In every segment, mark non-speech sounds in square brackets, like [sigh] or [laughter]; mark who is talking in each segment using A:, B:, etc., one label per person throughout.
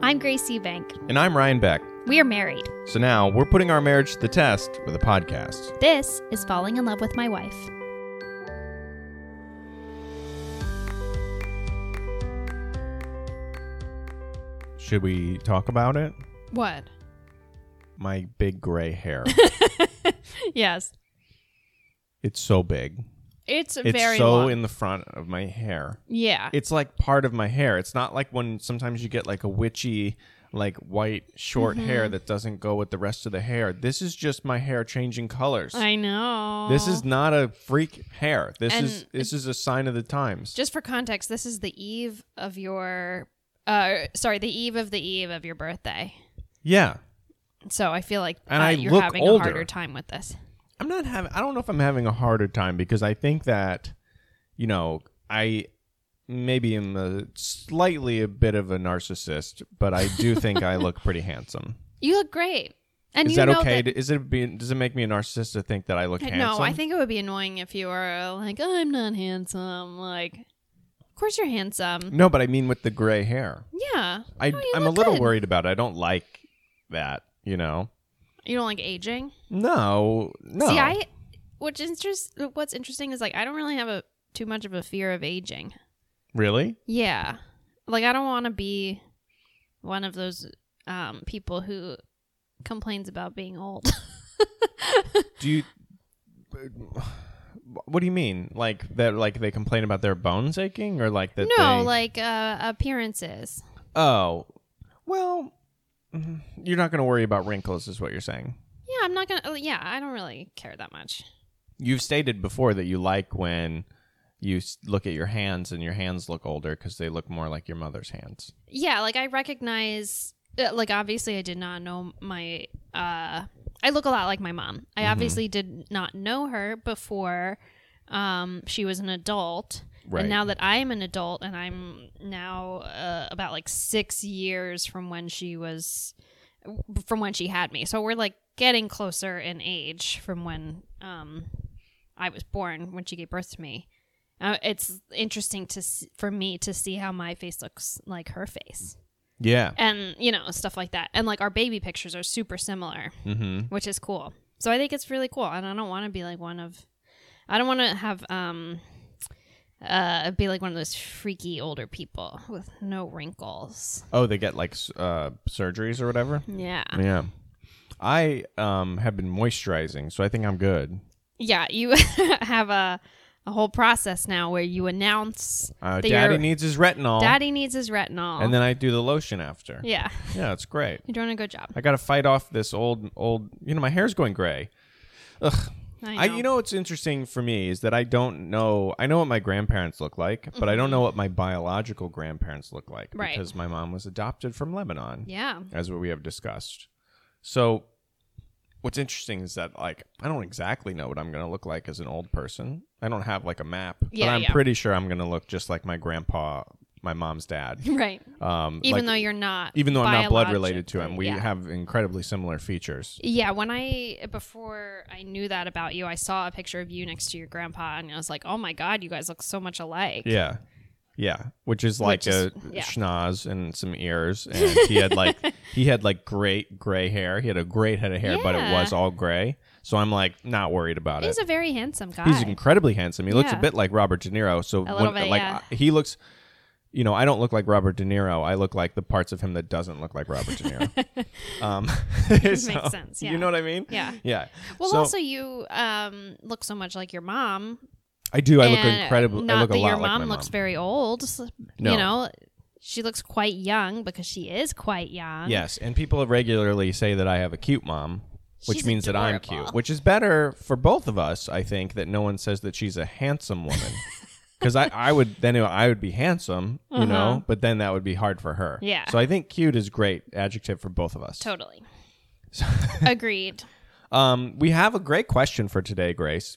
A: I'm Grace Eubank.
B: And I'm Ryan Beck.
A: We are married.
B: So now we're putting our marriage to the test with a podcast.
A: This is Falling in Love with My Wife.
B: Should we talk about it?
A: What?
B: My big
A: [laughs]
B: gray hair.
A: yes.
B: it's so big.
A: It's,
B: It's
A: very
B: so
A: long.
B: in the front of my hair.
A: yeah.
B: It's like part of my hair. It's not like when sometimes you get like a witchy, like white short
A: Mm-hmm.
B: hair that doesn't go with the rest of the hair. This is just my hair changing colors.
A: I know.
B: This is not a freak hair. This is
A: And-
B: this is a sign of the times.
A: just for context. This is the eve of your, uh, sorry, the eve of the eve of your birthday.
B: yeah.
A: So I feel like
B: And
A: uh,
B: I
A: you're
B: look
A: having a
B: older.
A: harder time with this.
B: I'm not having. I don't know if I'm having a harder time because I think that, you know, I maybe am a slightly a bit of a narcissist, but I
A: [laughs]
B: do think I look pretty handsome.
A: You look great, and
B: is
A: you
B: that
A: know
B: okay? Is it being, does it make me a narcissist to think that I look
A: That,
B: handsome?
A: no, I think it would be annoying if you were like, I'm not handsome. Like, of course you're handsome.
B: no, but I mean with the gray hair.
A: Yeah.
B: I,
A: No, you
B: I'm a
A: look
B: little
A: good.
B: worried about. it. I don't like that. You know.
A: You don't like aging.
B: No, no.
A: See, I what's interest what's interesting is like I don't really have a too much of a fear of aging.
B: really.
A: Yeah. Like I don't want to be one of those um people who complains about being old.
B: Do you? [sighs] What do you mean? Like that? Like they complain about their bones aching, or like that?
A: [laughs] no,
B: they-
A: like uh appearances.
B: Oh, well, mm, you're not going to worry about wrinkles, is what you're saying.
A: Yeah, I'm not going to yeah, I don't really care that much.
B: You've stated before that you like when you s- look at your hands and your hands look older because they look more like your mother's hands.
A: Yeah, like I recognize uh, like obviously I did not know my uh I look a lot like my mom. I obviously did not know her before um she was an adult.
B: Right.
A: And now that I am an adult and I'm now uh, about like 6 years from when she was from when she had me. So we're like getting closer in age from when um I was born when she gave birth to me. Uh, it's interesting to s for me to see how my face looks like her face
B: Yeah.
A: and you know stuff like that and like our baby pictures are super similar
B: Mm-hmm.
A: which is cool so i think it's really cool and i don't want to be like one of i don't want to have um uh be like one of those freaky older people with no wrinkles
B: Oh, they get like s- uh, surgeries or whatever.
A: yeah
B: [laughs] Yeah. I um, have been moisturizing, so I think I'm good.
A: yeah you [laughs] have a a whole process now where you announce
B: Uh,
A: that
B: Daddy
A: your
B: needs his retinol,
A: daddy needs his retinol
B: and then I do the lotion after.
A: yeah
B: yeah it's great.
A: you're doing a good job
B: I got to fight off this old old. You know, my hair's going gray.
A: i know,
B: I, you know what's interesting for me is that I don't know. I know what my grandparents look like, but I don't know what my biological grandparents look like
A: Mm-hmm. Right.
B: because my mom was adopted from Lebanon,
A: yeah [laughs]
B: as what we have discussed. So, what's interesting is that like I don't exactly know what I'm going to look like as an old person. I don't have like a map, but
A: Yeah,
B: I'm
A: yeah.
B: pretty sure I'm going to look just like my grandpa, my mom's dad.
A: right
B: Um,
A: even
B: like-
A: though you're not
B: even though I'm not blood related to him,
A: biologically-
B: we
A: yeah.
B: have incredibly similar features.
A: Yeah, when I before I knew that about you, I saw a picture of you next to your grandpa, and I was like, "Oh my god, you guys look so much alike."
B: Yeah. Yeah, which is like
A: Which is-
B: a
A: yeah.
B: schnoz and some
A: [laughs]
B: ears, and he had like he had like great gray hair. He had a great head of hair, but it
A: Yeah.
B: was all gray. So I'm like not worried about
A: he's
B: it.
A: a very handsome guy.
B: He's incredibly handsome. He looks a
A: Yeah.
B: bit like Robert De Niro. So
A: A little
B: when-
A: bit,
B: like
A: yeah.
B: I- he looks, you know, I don't look like Robert De Niro. I look like the parts of him that doesn't look like Robert De
A: [laughs]
B: Niro. um, [laughs] so,
A: sense, yeah.
B: You know what I mean?
A: Yeah.
B: Yeah.
A: well,
B: So-
A: also you um, look so much like your mom.
B: I do. I look
A: and
B: incredible.
A: Not
B: I look
A: that
B: a lot
A: your
B: like
A: mom
B: my
A: looks
B: mom.
A: very old. s-
B: No.
A: You know, she looks quite young because she is quite young.
B: Yes, and people regularly say that I have a cute mom, which
A: She's
B: means that I'm
A: adorable.
B: cute, which is better for both of us, I think, that no one says that she's a handsome
A: [laughs]
B: woman. Because I, I would then I would be handsome, you know, but then that would be hard for her.
A: Uh-huh. Yeah.
B: So I think cute is great adjective for both of us. [laughs]
A: totally. Agreed.
B: Um, we have a great question for today, Grace.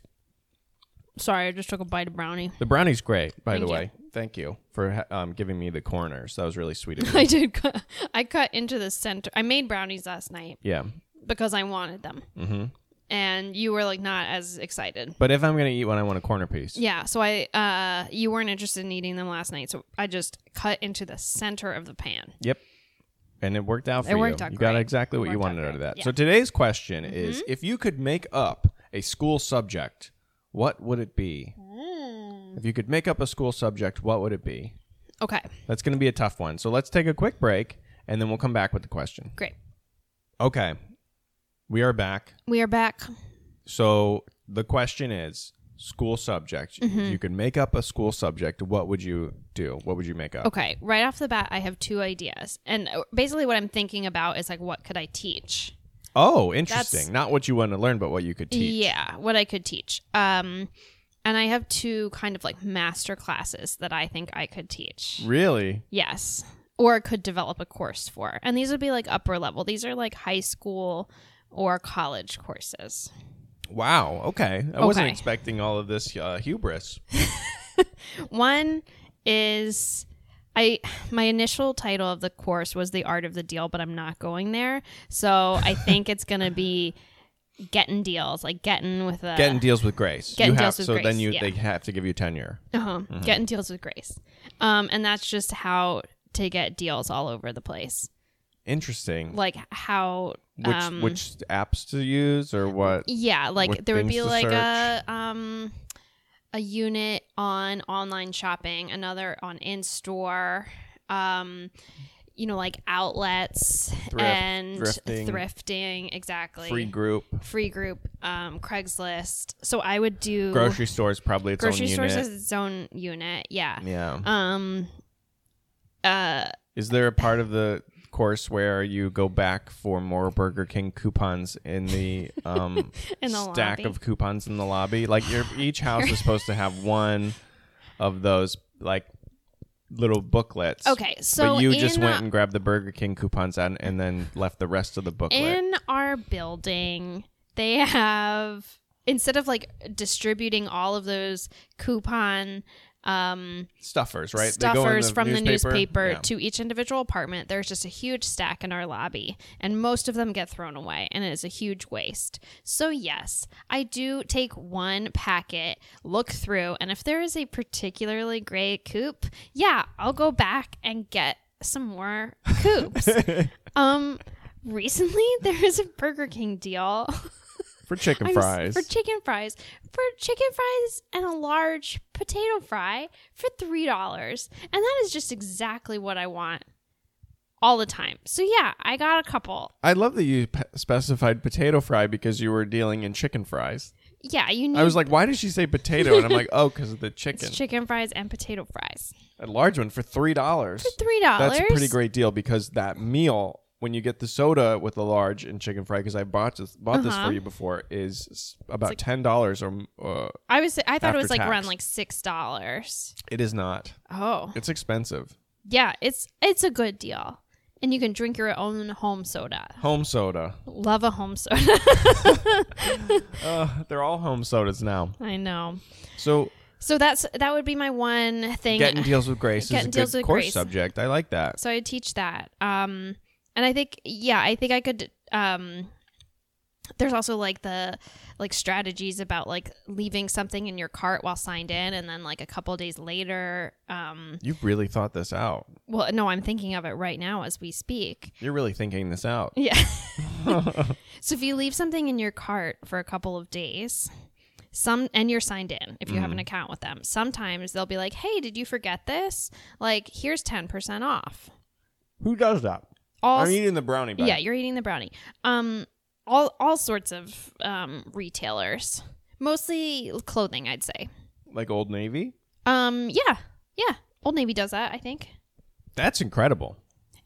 A: Sorry, I just took a bite of brownie. [laughs]
B: The brownie's great, by
A: Thank
B: the
A: you.
B: way. Thank you for ha- um, giving me the corners. That was really sweet of you. [laughs]
A: I did. Cut, I cut into the center. I made brownies last night.
B: yeah.
A: because I wanted them. Mm-hmm. And you were like not as excited.
B: But if I'm gonna eat one, I want a corner piece.
A: Yeah, so I uh you weren't interested in eating them last night, so I just cut into the center of the pan.
B: Yep. And it worked out for
A: It worked
B: you.
A: out
B: you got
A: great.
B: exactly what
A: It
B: you
A: worked out
B: wanted out of
A: great.
B: that.
A: Yeah. Mm-hmm.
B: So today's question is if you could make up a school subject, what would it be?
A: Mm.
B: If you could make up a school subject, what would it be?
A: Okay,
B: That's going to be a tough one. So let's take a quick break and then we'll come back with the question.
A: great.
B: Okay. We are back.
A: We are back.
B: So the question is school subject.
A: Mm-hmm.
B: If you could make up a school subject, what would you do? What would you make up?
A: Okay, right off the bat, I have two ideas, and uh, basically what I'm thinking about is like, what could I teach?
B: Oh, interesting. Not what you want to learn, but what you could teach.
A: Yeah, what I could teach. Um, and I have two kind of like master classes that I think I could teach.
B: Really?
A: Yes, or could develop a course for. And these would be like upper level. These are like high school or college courses.
B: Wow. Okay. I wasn't
A: Okay.
B: expecting all of this uh, hubris.
A: One is I my initial title of the course was The Art of the Deal, but I'm not going there. So I think it's going to be getting deals, like getting with a [laughs]
B: Getting deals with grace.
A: Getting
B: you have,
A: deals with
B: so
A: grace,
B: then you
A: yeah.
B: they have to give you tenure.
A: Uh-huh.
B: Mm-hmm.
A: Getting deals with grace. Um, and that's just how to get deals all over the place.
B: Interesting.
A: Like how
B: which
A: um,
B: which apps to use or what?
A: yeah, like
B: what
A: there would
B: things
A: be
B: to
A: like a um a unit on online shopping, another on in store, um you know, like outlets
B: Thrift-
A: and
B: thrifting.
A: thrifting, exactly.
B: Free group.
A: Free group, um, Craigslist. So I would do
B: Grocery stores probably its
A: grocery
B: own
A: stores
B: unit.
A: as its own unit. Yeah.
B: yeah.
A: Um. Uh.
B: Is there a part of the course where you go back for more Burger King coupons in the
A: [laughs]
B: um
A: In the
B: stack
A: lobby.
B: of coupons in the lobby?
A: [laughs]
B: Like your each house is supposed to have one of those like little booklets.
A: Okay. So
B: but you
A: in, uh,
B: just went and grabbed the Burger King coupons and, and then left the rest of the booklet.
A: in our building, they have instead of like distributing all of those coupon um
B: stuffers, right? They go in
A: stuffers from the newspaper
B: Yeah.
A: to each individual apartment there's just a huge stack in our lobby and most of them get thrown away and it is a huge waste so yes i do take one packet look through and if there is a particularly great coop yeah i'll go back and get some more
B: [laughs]
A: coops um recently [laughs] there is a burger king deal [laughs]
B: for chicken
A: I'm s-
B: fries.
A: for chicken fries for chicken fries and a large potato fry for three dollars and that is just exactly what i want all the time so yeah i got a couple
B: I love that you pe- specified potato fry because you were dealing in chicken fries.
A: yeah you need
B: I was like, why did she say potato? And I'm like, oh, because of
A: [laughs]
B: the chicken.
A: chicken fries and potato fries
B: A large one for three dollars.
A: three dollars
B: That's a pretty great deal because that meal, when you get the soda with the large and chicken fry, because I bought this bought this
A: Uh-huh.
B: for you before, is s- about ten dollars or uh,
A: i was i thought it
B: after
A: was like
B: tax.
A: around like six dollars
B: it is not.
A: oh
B: It's expensive.
A: yeah it's it's a good deal and you can drink your own home soda
B: Home soda.
A: love a home soda [laughs]
B: Uh, they're all home sodas now.
A: i know
B: So
A: so that's that would be my one thing
B: getting deals with grace is a
A: Getting Deals
B: good
A: with
B: course
A: Grace.
B: subject. I like that.
A: so i teach that um and i think yeah i think i could um there's also like the like strategies about like leaving something in your cart while signed in and then like a couple days later um
B: You really thought this out.
A: well no i'm thinking of it right now as we speak
B: You're really thinking this out. [laughs]
A: yeah [laughs] so if you leave something in your cart for a couple of days some and you're signed in if you have an account with them sometimes they'll be like hey did you forget this like here's 10% off
B: Who does that?
A: all
B: I'm eating the brownie. Bag.
A: Yeah, you're eating the brownie. Um, all all sorts of um retailers, mostly clothing, I'd say.
B: Like Old Navy.
A: Um, yeah, yeah. Old Navy does that, I think.
B: That's incredible.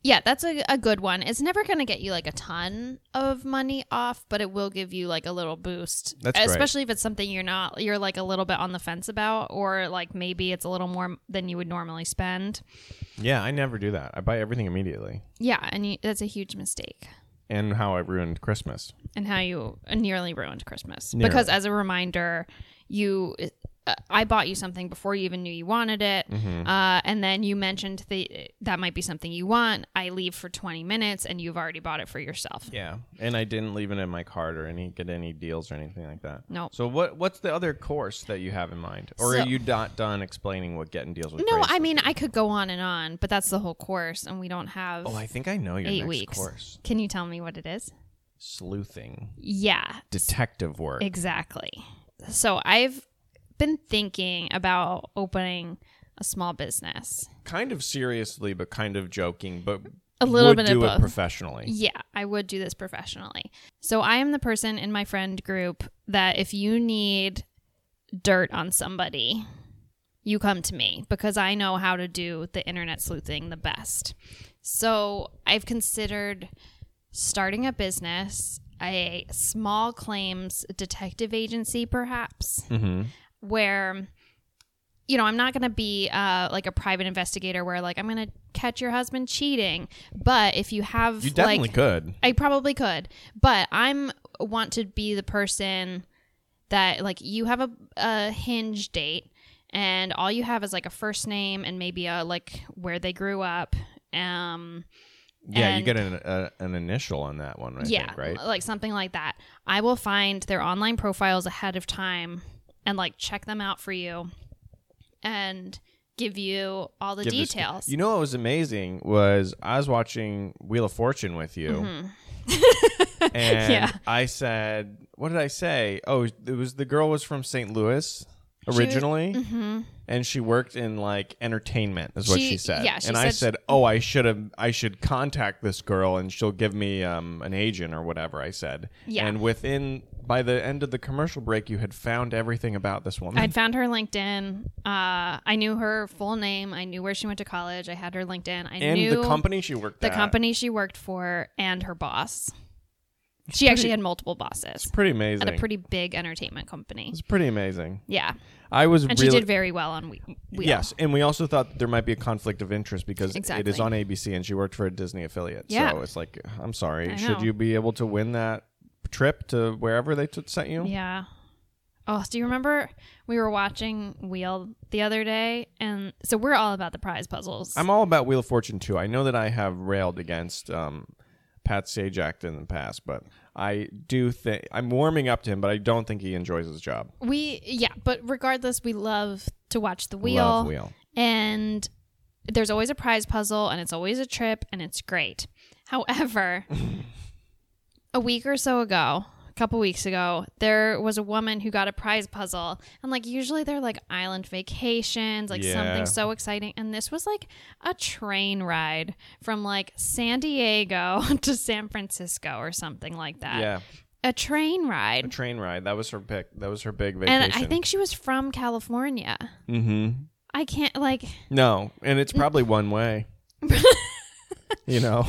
A: Yeah, that's a, a good one. It's never going to get you like a ton of money off, but it will give you like a little boost.
B: That's great.
A: Especially if it's something you're not, you're like a little bit on the fence about, or like maybe it's a little more than you would normally spend.
B: Yeah, I never do that. I buy everything immediately.
A: Yeah, and you, that's a huge mistake.
B: And how I ruined Christmas.
A: and how you nearly ruined Christmas.
B: Nearly.
A: Because as a reminder, you uh, I bought you something before you even knew you wanted it,
B: Mm-hmm.
A: uh, and then you mentioned the, that might be something you want. I leave for twenty minutes, and you've already bought it for yourself.
B: Yeah, and I didn't leave it in my card or any get any deals or anything like that.
A: Nope.
B: So what what's the other course that you have in mind, or
A: So-
B: are you not done explaining what getting deals with?
A: No,
B: Grace
A: I
B: would
A: mean
B: be?
A: I could go on and on, but that's the whole course, and we don't have
B: Oh, I think I know your
A: eight
B: next
A: weeks.
B: course:
A: Can you tell me what it is?
B: sleuthing,
A: Yeah,
B: detective work.
A: exactly. So I've been thinking about opening a small business.
B: kind of seriously, but kind of joking, but
A: A little
B: would
A: bit of
B: do it
A: both.
B: professionally.
A: Yeah, I would do this professionally. So I am the person in my friend group that if you need dirt on somebody, you come to me because I know how to do the internet sleuthing the best. So I've considered starting a business, a small claims detective agency, perhaps
B: hmm
A: where you know i'm not going to be uh, like a private investigator where like i'm going to catch your husband cheating but if you have
B: You definitely
A: like
B: could.
A: i probably could but i'm want to be the person that like you have a, a hinge date and all you have is like a first name and maybe a like where they grew up um
B: Yeah, you
A: and-
B: get an a, an initial on that one, I
A: yeah
B: think, right?
A: like something like that i will find their online profiles ahead of time and like check them out for you and give you all the
B: Give this-
A: details
B: you know what was amazing was I was watching Wheel of Fortune with you. [laughs] and
A: Mm-hmm. [laughs] Yeah.
B: I said, what did I say? Oh, it was the girl was from St. Louis
A: was- mm-hmm.
B: originally. And she worked in like entertainment, is what she,
A: She-
B: said.
A: yeah, she
B: and I
A: said-
B: said, "Oh, I should have. I should contact this girl, and she'll give me um, an agent or whatever." I said.
A: Yeah.
B: And within by the end of the commercial break, you had found everything about this woman.
A: i'd found her linkedin uh, i knew her full name i knew where she went to college i had her linkedin i
B: and
A: knew
B: the company she worked
A: the
B: at.
A: company she worked for and her boss she actually had multiple bosses
B: Pretty amazing.
A: at a pretty big entertainment company
B: It's pretty amazing.
A: yeah
B: I was
A: and
B: really
A: she did very well on we- Wheel.
B: yes, and we also thought there might be a conflict of interest because it is
A: Exactly.
B: on ABC and she worked for a Disney affiliate.
A: Yeah.
B: So it's like, I'm sorry,
A: I
B: should
A: know.
B: you be able to win that trip to wherever they t- sent you?
A: Yeah. Oh, do you remember we were watching Wheel the other day? And so we're all about the prize puzzles.
B: I'm all about Wheel of Fortune too. I know that I have railed against um, Pat Sajak in the past, but I do think I'm warming up to him, but I don't think he enjoys his job.
A: we, yeah, but regardless, we love to watch the wheel.
B: Love Wheel.
A: And there's always a prize puzzle and it's always a trip and it's great.
B: [laughs]
A: However, a week or so ago, a couple weeks ago, there was a woman who got a prize puzzle. And like usually they're like island vacations, like
B: Yeah.
A: something so exciting. And this was like a train ride from like San Diego [laughs] to San Francisco or something like that.
B: Yeah,
A: A train
B: a
A: ride.
B: train ride. That was her pick. That was her big vacation.
A: And I think she was from California.
B: hmm
A: I can't like
B: No, and
A: Mm.
B: it's probably
A: [laughs]
B: one way. you know,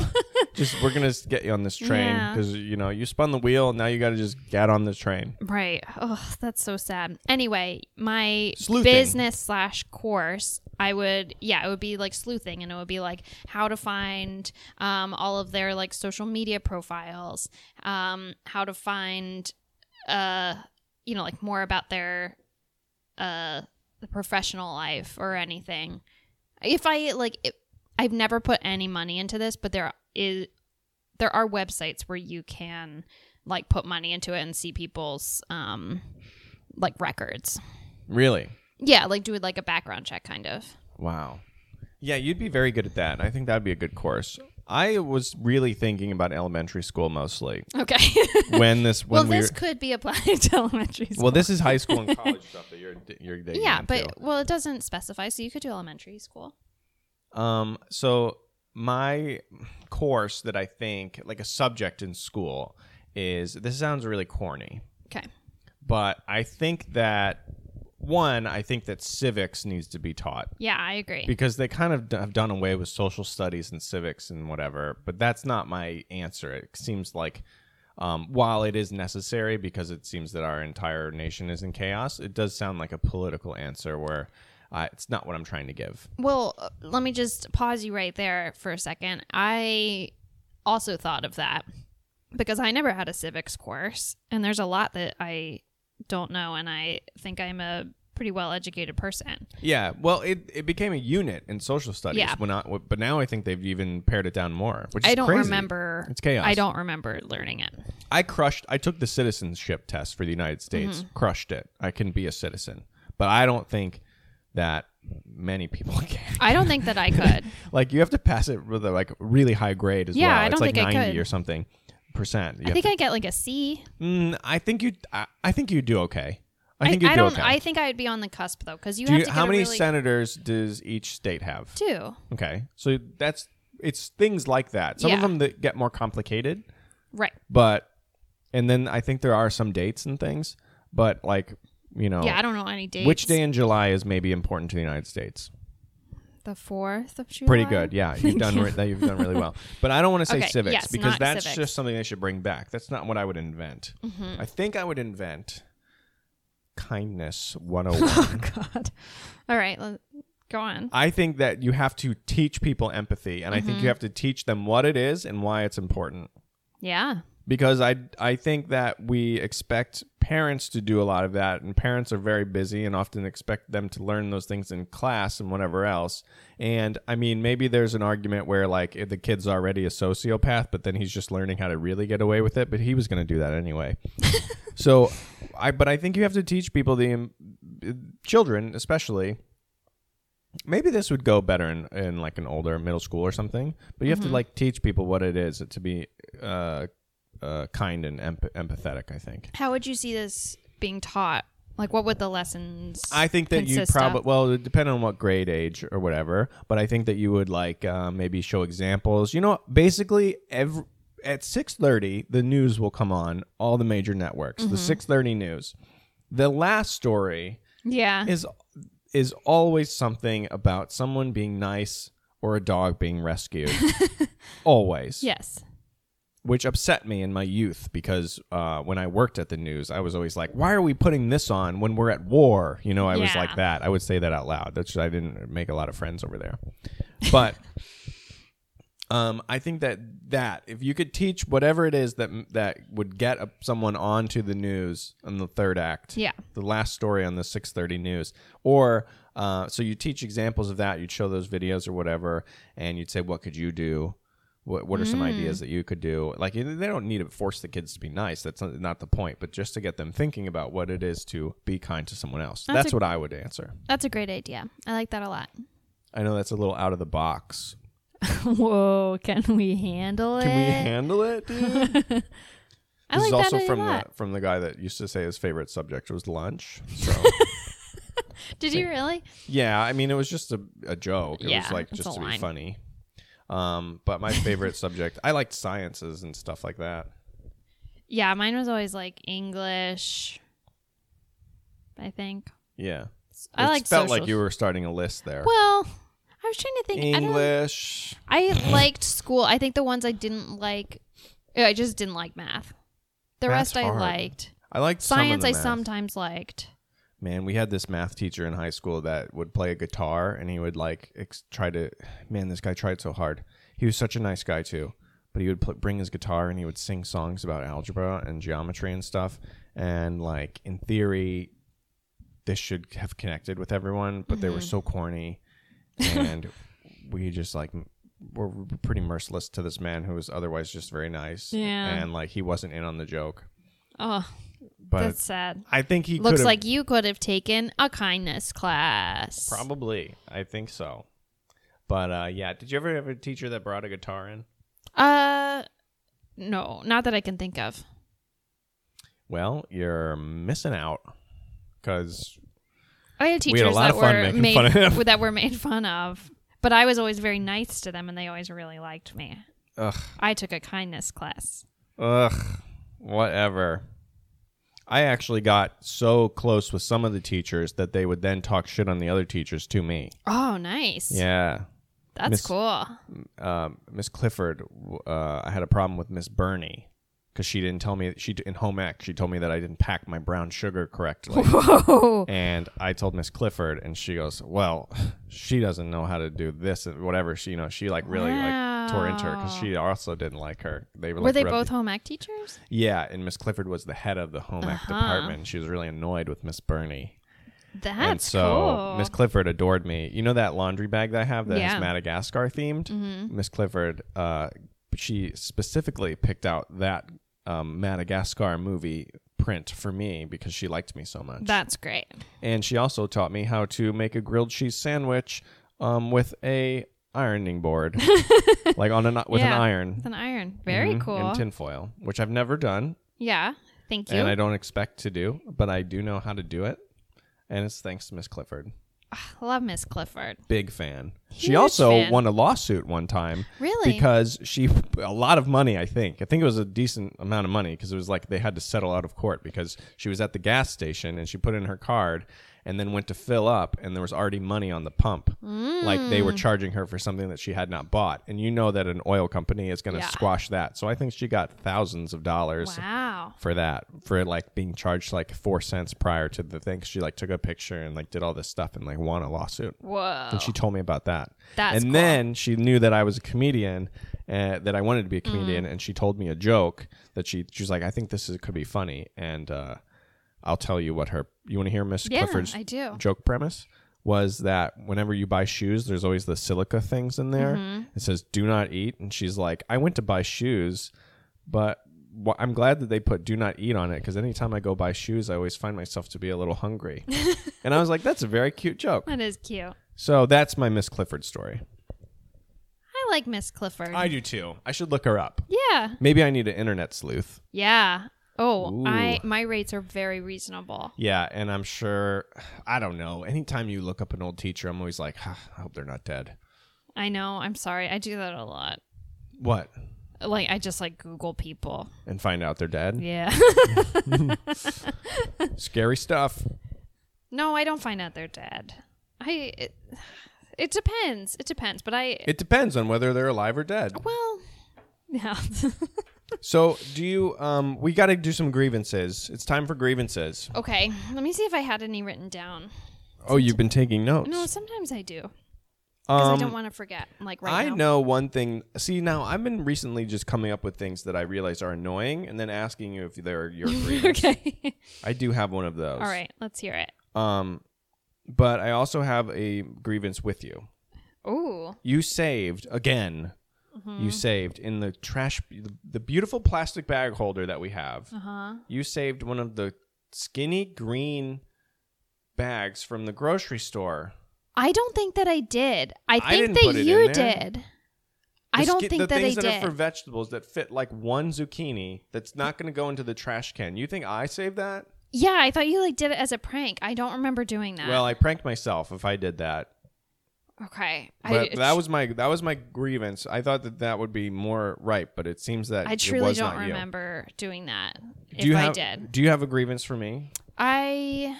B: just we're gonna get you on this train
A: Yeah.
B: because you know you spun the wheel. Now you got to just get on this train.
A: Right. Oh, that's so sad. Anyway, my
B: Sleuthing.
A: business slash course, I would, yeah, it would be like sleuthing, and it would be like how to find um, all of their like social media profiles, um, how to find, uh, you know, like more about their, uh, professional life or anything. If I like, it, I've never put any money into this, but there is, there are websites where you can like put money into it and see people's um like records.
B: Really?
A: Yeah, like do like a background check kind of.
B: Wow. Yeah, you'd be very good at that. I think that'd be a good course. I was really thinking about elementary school
A: [laughs]
B: mostly
A: Okay.
B: when this
A: well,
B: when we
A: this
B: were,
A: could be applied [laughs] to elementary school.
B: well this is
A: [laughs]
B: high school and college stuff that you're you're digging
A: yeah,
B: into.
A: but well, it doesn't specify, so you could do elementary school.
B: Um, so my course that I think like a subject in school is this sounds really corny,
A: Okay.
B: but I think that one, I think that civics needs to be taught
A: Yeah, I agree.
B: because they kind of d- have done away with social studies and civics and whatever. But that's not my answer. It seems like. Um, while it is necessary because it seems that our entire nation is in chaos, it does sound like a political answer where uh, it's not what I'm trying to give.
A: Well, uh, let me just pause you right there for a second. I also thought of that because I never had a civics course, and there's a lot that I don't know, and I think I'm a pretty well educated person.
B: Yeah, well, it, it became a unit in social studies.
A: Yeah.
B: When I, but now I think they've even pared it down more, which is
A: I don't
B: crazy.
A: remember.
B: It's chaos.
A: I don't remember learning it.
B: I crushed. I took the citizenship test for the United States.
A: Mm-hmm.
B: Crushed it. I can be a citizen, but I don't think that many people [laughs] can.
A: I don't think that I
B: [laughs]
A: could.
B: Like you have to pass it with a like really high grade as
A: Yeah,
B: well.
A: I
B: it's
A: don't
B: like
A: think I
B: ninety
A: could.
B: or something percent. You
A: I
B: have
A: think I get like a C.
B: to- Mm, I think you. I, I think you do okay. I
A: I,
B: think you
A: I
B: do
A: don't.
B: okay.
A: I think I would be on the cusp though, because you
B: do
A: have
B: you,
A: to. Get
B: how
A: a
B: many
A: really
B: senators does each state have?
A: Two.
B: Okay, so that's it's things like that. Some of
A: Yeah.
B: them that get more complicated,
A: Right.
B: but and then I think there are some dates and things, but like you know,
A: Yeah, I don't know any dates.
B: Oh. which day in July is maybe important to the United States?
A: The fourth of July.
B: Pretty good, yeah. You've done re- that. You've done really well, but I don't want to say
A: Okay,
B: civics
A: yes,
B: because
A: not
B: that's
A: civics. Mm-hmm.
B: just something they should bring back. That's not what I would invent. I think I would invent kindness 101.
A: [laughs] [laughs] Oh God. All right. let- Go on.
B: I think that you have to teach people empathy, and I think
A: Mm-hmm.
B: you have to teach them what it is and why it's important.
A: Yeah.
B: because I I think that we expect parents to do a lot of that, and parents are very busy and often expect them to learn those things in class and whatever else. And I mean, maybe there's an argument where like if the kid's already a sociopath, but then he's just learning how to really get away with it. But he was going to do that anyway. so, I but I think you have to teach people the um, children, especially. Maybe this would go better in, in like an older middle school or something, but you have to like teach people what it is to be uh, uh, kind and emp- empathetic. I think.
A: How would you see this being taught? Like, what would the lessons?
B: I think that you
A: consist of?
B: probably well, it depend on what grade, age, or whatever. But I think that you would like uh, maybe show examples. You know, basically every. At six thirty, the news will come on all the major networks. The six thirty news. The last story
A: Yeah.
B: is is always something about someone being nice or a dog being rescued. always.
A: yes.
B: which upset me in my youth because uh, when I worked at the news, I was always like, "Why are we putting this on when we're at war?" You know, I was
A: Yeah.
B: like that. I would say that out loud. That's I didn't make a lot of friends over there, but um, I think that that if you could teach whatever it is that that would get a, someone onto the news on the third act,
A: Yeah.
B: the last story on the 6:30 news or uh, so you teach examples of that you'd show those videos or whatever and you'd say what could you do what, what are some
A: Mm.
B: ideas that you could do like they don't need to force the kids to be nice that's not, not the point but just to get them thinking about what it is to be kind to someone else that's,
A: That's a-
B: what i would answer
A: That's a great idea. I like that a lot.
B: i know that's a little out of the box
A: [laughs] Whoa, can we handle
B: can
A: it?
B: we handle it dude?
A: Eh, I
B: this
A: like
B: is
A: that
B: also
A: a
B: from the
A: lot.
B: from the guy that used to say his favorite subject was lunch so
A: Did you really?
B: Yeah, I mean, it was just a, a joke. It was
A: Yeah,
B: like
A: it's
B: just
A: a
B: to be
A: line.
B: funny. Um, but my favorite subject, I liked sciences and stuff like that.
A: Yeah, mine was always like English. I think.
B: Yeah, it
A: I like
B: felt
A: socials.
B: like you were starting a list there.
A: Well, I was trying to think. I don't.
B: English.
A: I liked school. I think the ones I didn't like, I just didn't like math. The
B: Math's
A: rest
B: hard.
A: I liked.
B: I liked some of
A: Science
B: the
A: I
B: math.
A: sometimes liked.
B: Man, we had this math teacher in high school that would play a guitar and he would like ex- try to. Man, this guy tried so hard. He was such a nice guy too, but he would pl- bring his guitar and he would sing songs about algebra and geometry and stuff. And like in theory, this should have connected with everyone, but
A: Mm-hmm.
B: they were so corny, and [laughs] we just like m- were pretty merciless to this man who was otherwise just very nice.
A: Yeah.
B: and like he wasn't in on the joke,
A: Oh,
B: but
A: that's sad.
B: I think he
A: Looks
B: could've-
A: like you could have taken a kindness class.
B: Probably, I think so. But uh, yeah, did you ever have a teacher that brought a guitar in?
A: Uh, no, not that I can think of.
B: Well, you're missing out because
A: I had
B: We
A: teachers
B: had a lot
A: that
B: of fun
A: were
B: making
A: made
B: fun of him.
A: [laughs] that were made fun of, but I was always very nice to them, and they always really liked me.
B: ugh,
A: I took a kindness class.
B: ugh, whatever. I actually got so close with some of the teachers that they would then talk shit on the other teachers to me.
A: Oh, nice.
B: Yeah,
A: That's
B: Miss-
A: cool.
B: [laughs] um, Miss Clifford, w- uh, I had a problem with Miss Bernie because she didn't tell me she in home ec she told me that I didn't pack my brown sugar correctly.
A: Whoa.
B: and I told Miss Clifford, and she goes, "Well, she doesn't know how to do this and whatever." She, you know, she like really like tore into her because
A: Wow.
B: she also didn't like her. They were,
A: Were
B: like,
A: they
B: rubbed-
A: both home ec teachers?
B: Yeah, and Miss Clifford was the head of the home ec
A: Uh-huh.
B: department. She was really annoyed with Miss Bernie,
A: That's
B: and so
A: cool.
B: Miss Clifford adored me. You know that laundry bag that I have that
A: Yeah. Mm-hmm.
B: is Madagascar themed? Miss Clifford, uh, she specifically picked out that um, Madagascar movie print for me because she liked me so much.
A: That's great.
B: and she also taught me how to make a grilled cheese sandwich um, with a
A: [laughs]
B: ironing board, like on an with an
A: Yeah.
B: iron.
A: It's an iron. Very
B: Mhm,
A: cool.
B: And tinfoil, which I've never done
A: yeah. Thank you.
B: and I don't expect to do, but I do know how to do it. And it's thanks to Miss Clifford.
A: Love Miss Clifford.
B: Big fan. she
A: Huge
B: also
A: fan.
B: won a lawsuit one time
A: Really?
B: because she a lot of money, I think. I think it was a decent amount of money because it was like they had to settle out of court because she was at the gas station and she put in her card and then went to fill up and there was already money on the pump. Like they were
A: Mm.
B: charging her for something that she had not bought. And you know that an oil company is going to
A: Yeah.
B: squash that. So I think she got thousands of dollars
A: Wow.
B: for that for like being charged like four cents prior to the thing. 'Cause She like took a picture and like did all this stuff and like won a lawsuit.
A: Whoa.
B: And she told me about that.
A: Oh. That's
B: and
A: cool.
B: then she knew that I was a comedian, uh, that I wanted to be a comedian,
A: Mm.
B: and she told me a joke that she she was like, I think this is, could be funny, and uh, I'll tell you what her. You want to hear Miss
A: yeah,
B: Clifford's
A: I do.
B: joke premise? Was that whenever you buy shoes, there's always the silica things in there.
A: Mm-hmm.
B: It says "do not eat," and she's like, "I went to buy shoes, but wh- I'm glad that they put do not eat on it because anytime I go buy shoes, I always find myself to be a little
A: [laughs]
B: hungry." and I was like, "That's a very cute joke."
A: That is cute.
B: So that's my Miss Clifford story.
A: I like Miss Clifford.
B: I do too. I should look her up.
A: yeah.
B: Maybe I need an internet sleuth.
A: Yeah. Oh,
B: Ooh.
A: I my rates are very reasonable.
B: Yeah, and I'm sure. I don't know. Anytime you look up an old teacher, I'm always like, "Ah, I hope they're not dead.
A: I know. I'm sorry. I do that a lot.
B: What?
A: Like I just like Google people.
B: And find out they're dead.
A: Yeah. [laughs]
B: Scary stuff.
A: no, I don't find out they're dead. I it, it depends. It depends, but I
B: It depends on whether they're alive or dead.
A: well, yeah. [laughs]
B: So, do you? Um, we got to do some grievances. It's time for grievances.
A: okay. Let me see if I had any written down.
B: Oh, you've been taking notes.
A: No, sometimes I do because I
B: um,
A: don't want to forget like right
B: I
A: now.
B: know one thing. See, now I've been recently just coming up with things that I realize are annoying, and then asking you if
A: [laughs]
B: they're your
A: [laughs]
B: grievance.
A: okay.
B: I do have one of those.
A: All right. Let's hear it.
B: Um, but I also have a grievance with you.
A: Ooh. Mm-hmm.
B: You saved again. You saved in the trash, the, the beautiful plastic bag holder that we have.
A: Uh-huh.
B: You saved one of the skinny green bags from the grocery store.
A: I don't think that I did. I think
B: didn't
A: that
B: put it
A: you
B: in there.
A: did.
B: The
A: I don't
B: ski-
A: think
B: the
A: that I
B: things
A: did.
B: that are for vegetables that fit like one zucchini that's not going to go into the trash can. You think I saved that?
A: yeah, I thought you like did it as a prank. I don't remember doing that.
B: Well, I pranked myself if I did that.
A: okay,
B: But
A: I,
B: that was my that was my grievance. I thought that that would be more right, but it seems that
A: I
B: it
A: truly
B: was
A: don't
B: not you.
A: remember doing that. If
B: do you
A: I
B: have,
A: did,
B: Do you have a grievance for me?
A: I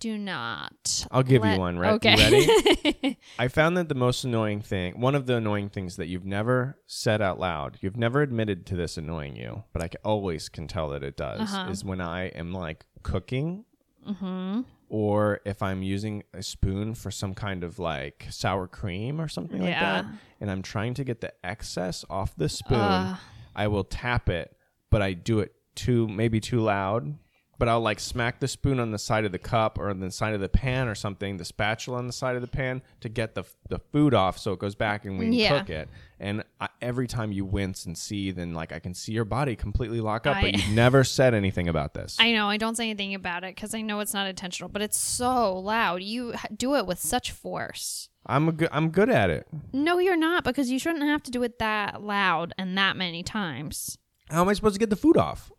A: do not.
B: I'll give
A: Let-
B: you one. Right?
A: Okay.
B: You ready?
A: [laughs]
B: I found that the most annoying thing, one of the annoying things that you've never said out loud, you've never admitted to this annoying you, but I c- always can tell that it does,
A: Uh-huh.
B: is when I am like cooking
A: mm-hmm.
B: or if I'm using a spoon for some kind of like sour cream or something like that,
A: Yeah.
B: and I'm trying to get the excess off the spoon,
A: Ugh.
B: I will tap it, but I do it too, maybe too loud. But I'll like smack the spoon on the side of the cup or on the side of the pan or something, the spatula on the side of the pan to get the, the food off so it goes back and we can
A: Yeah.
B: cook it. And I, every time you wince and see, then like I can see your body completely lock up,
A: I-
B: but you've never said anything about this.
A: I know. I don't say anything about it because I know it's not intentional. But it's so loud. You h- do it with such force.
B: I'm, a good, I'm good at it.
A: No, you're not because you shouldn't have to do it that loud and that many times.
B: How am I supposed to get the food off?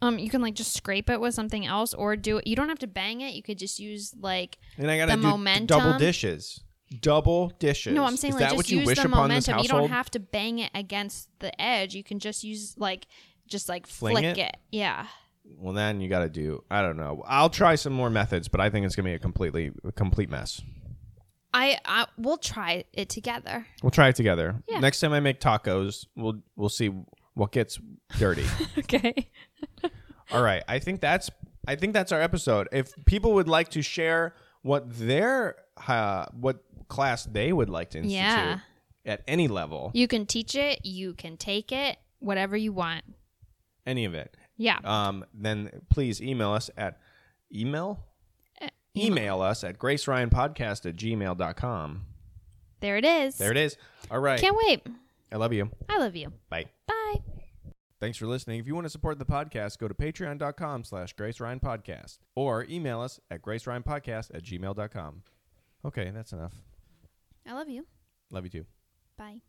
A: Um, you can like just scrape it with something else, or do it. You don't have to bang it. You could just use like.
B: And I
A: The
B: gotta do
A: momentum.
B: double dishes. Double dishes.
A: No, I'm saying
B: Is
A: like
B: that
A: just
B: what you
A: use
B: wish
A: the
B: upon
A: momentum.
B: this
A: you don't
B: household?
A: have to bang it against the edge. You can just use like just like
B: Fling
A: flick
B: it?
A: it. Yeah.
B: Well, then you gotta do. I don't know. I'll try some more methods, but I think it's gonna be a completely a complete mess.
A: I, I we'll try it together.
B: We'll try it together.
A: Yeah.
B: Next time I make tacos, we'll we'll see what gets
A: [laughs]
B: dirty.
A: [laughs] Okay.
B: All right. I think that's I think that's our episode. If people would like to share what their uh, what class they would like to institute
A: Yeah.
B: at any level,
A: You can teach it. You can take it. Whatever you want.
B: any of it, Uh,
A: Yeah.
B: um, then please email us at email Email us at graceryanpodcast at gmail.com.
A: There it is.
B: There it is. All right.
A: Can't wait.
B: I love you.
A: I love you.
B: Bye.
A: Bye.
B: Thanks for listening. If you want to support the podcast, go to patreon.com slash Grace Ryan Podcast or email us at graceryanpodcast at gmail.com. Okay, that's enough.
A: I love you.
B: Love you too.
A: Bye.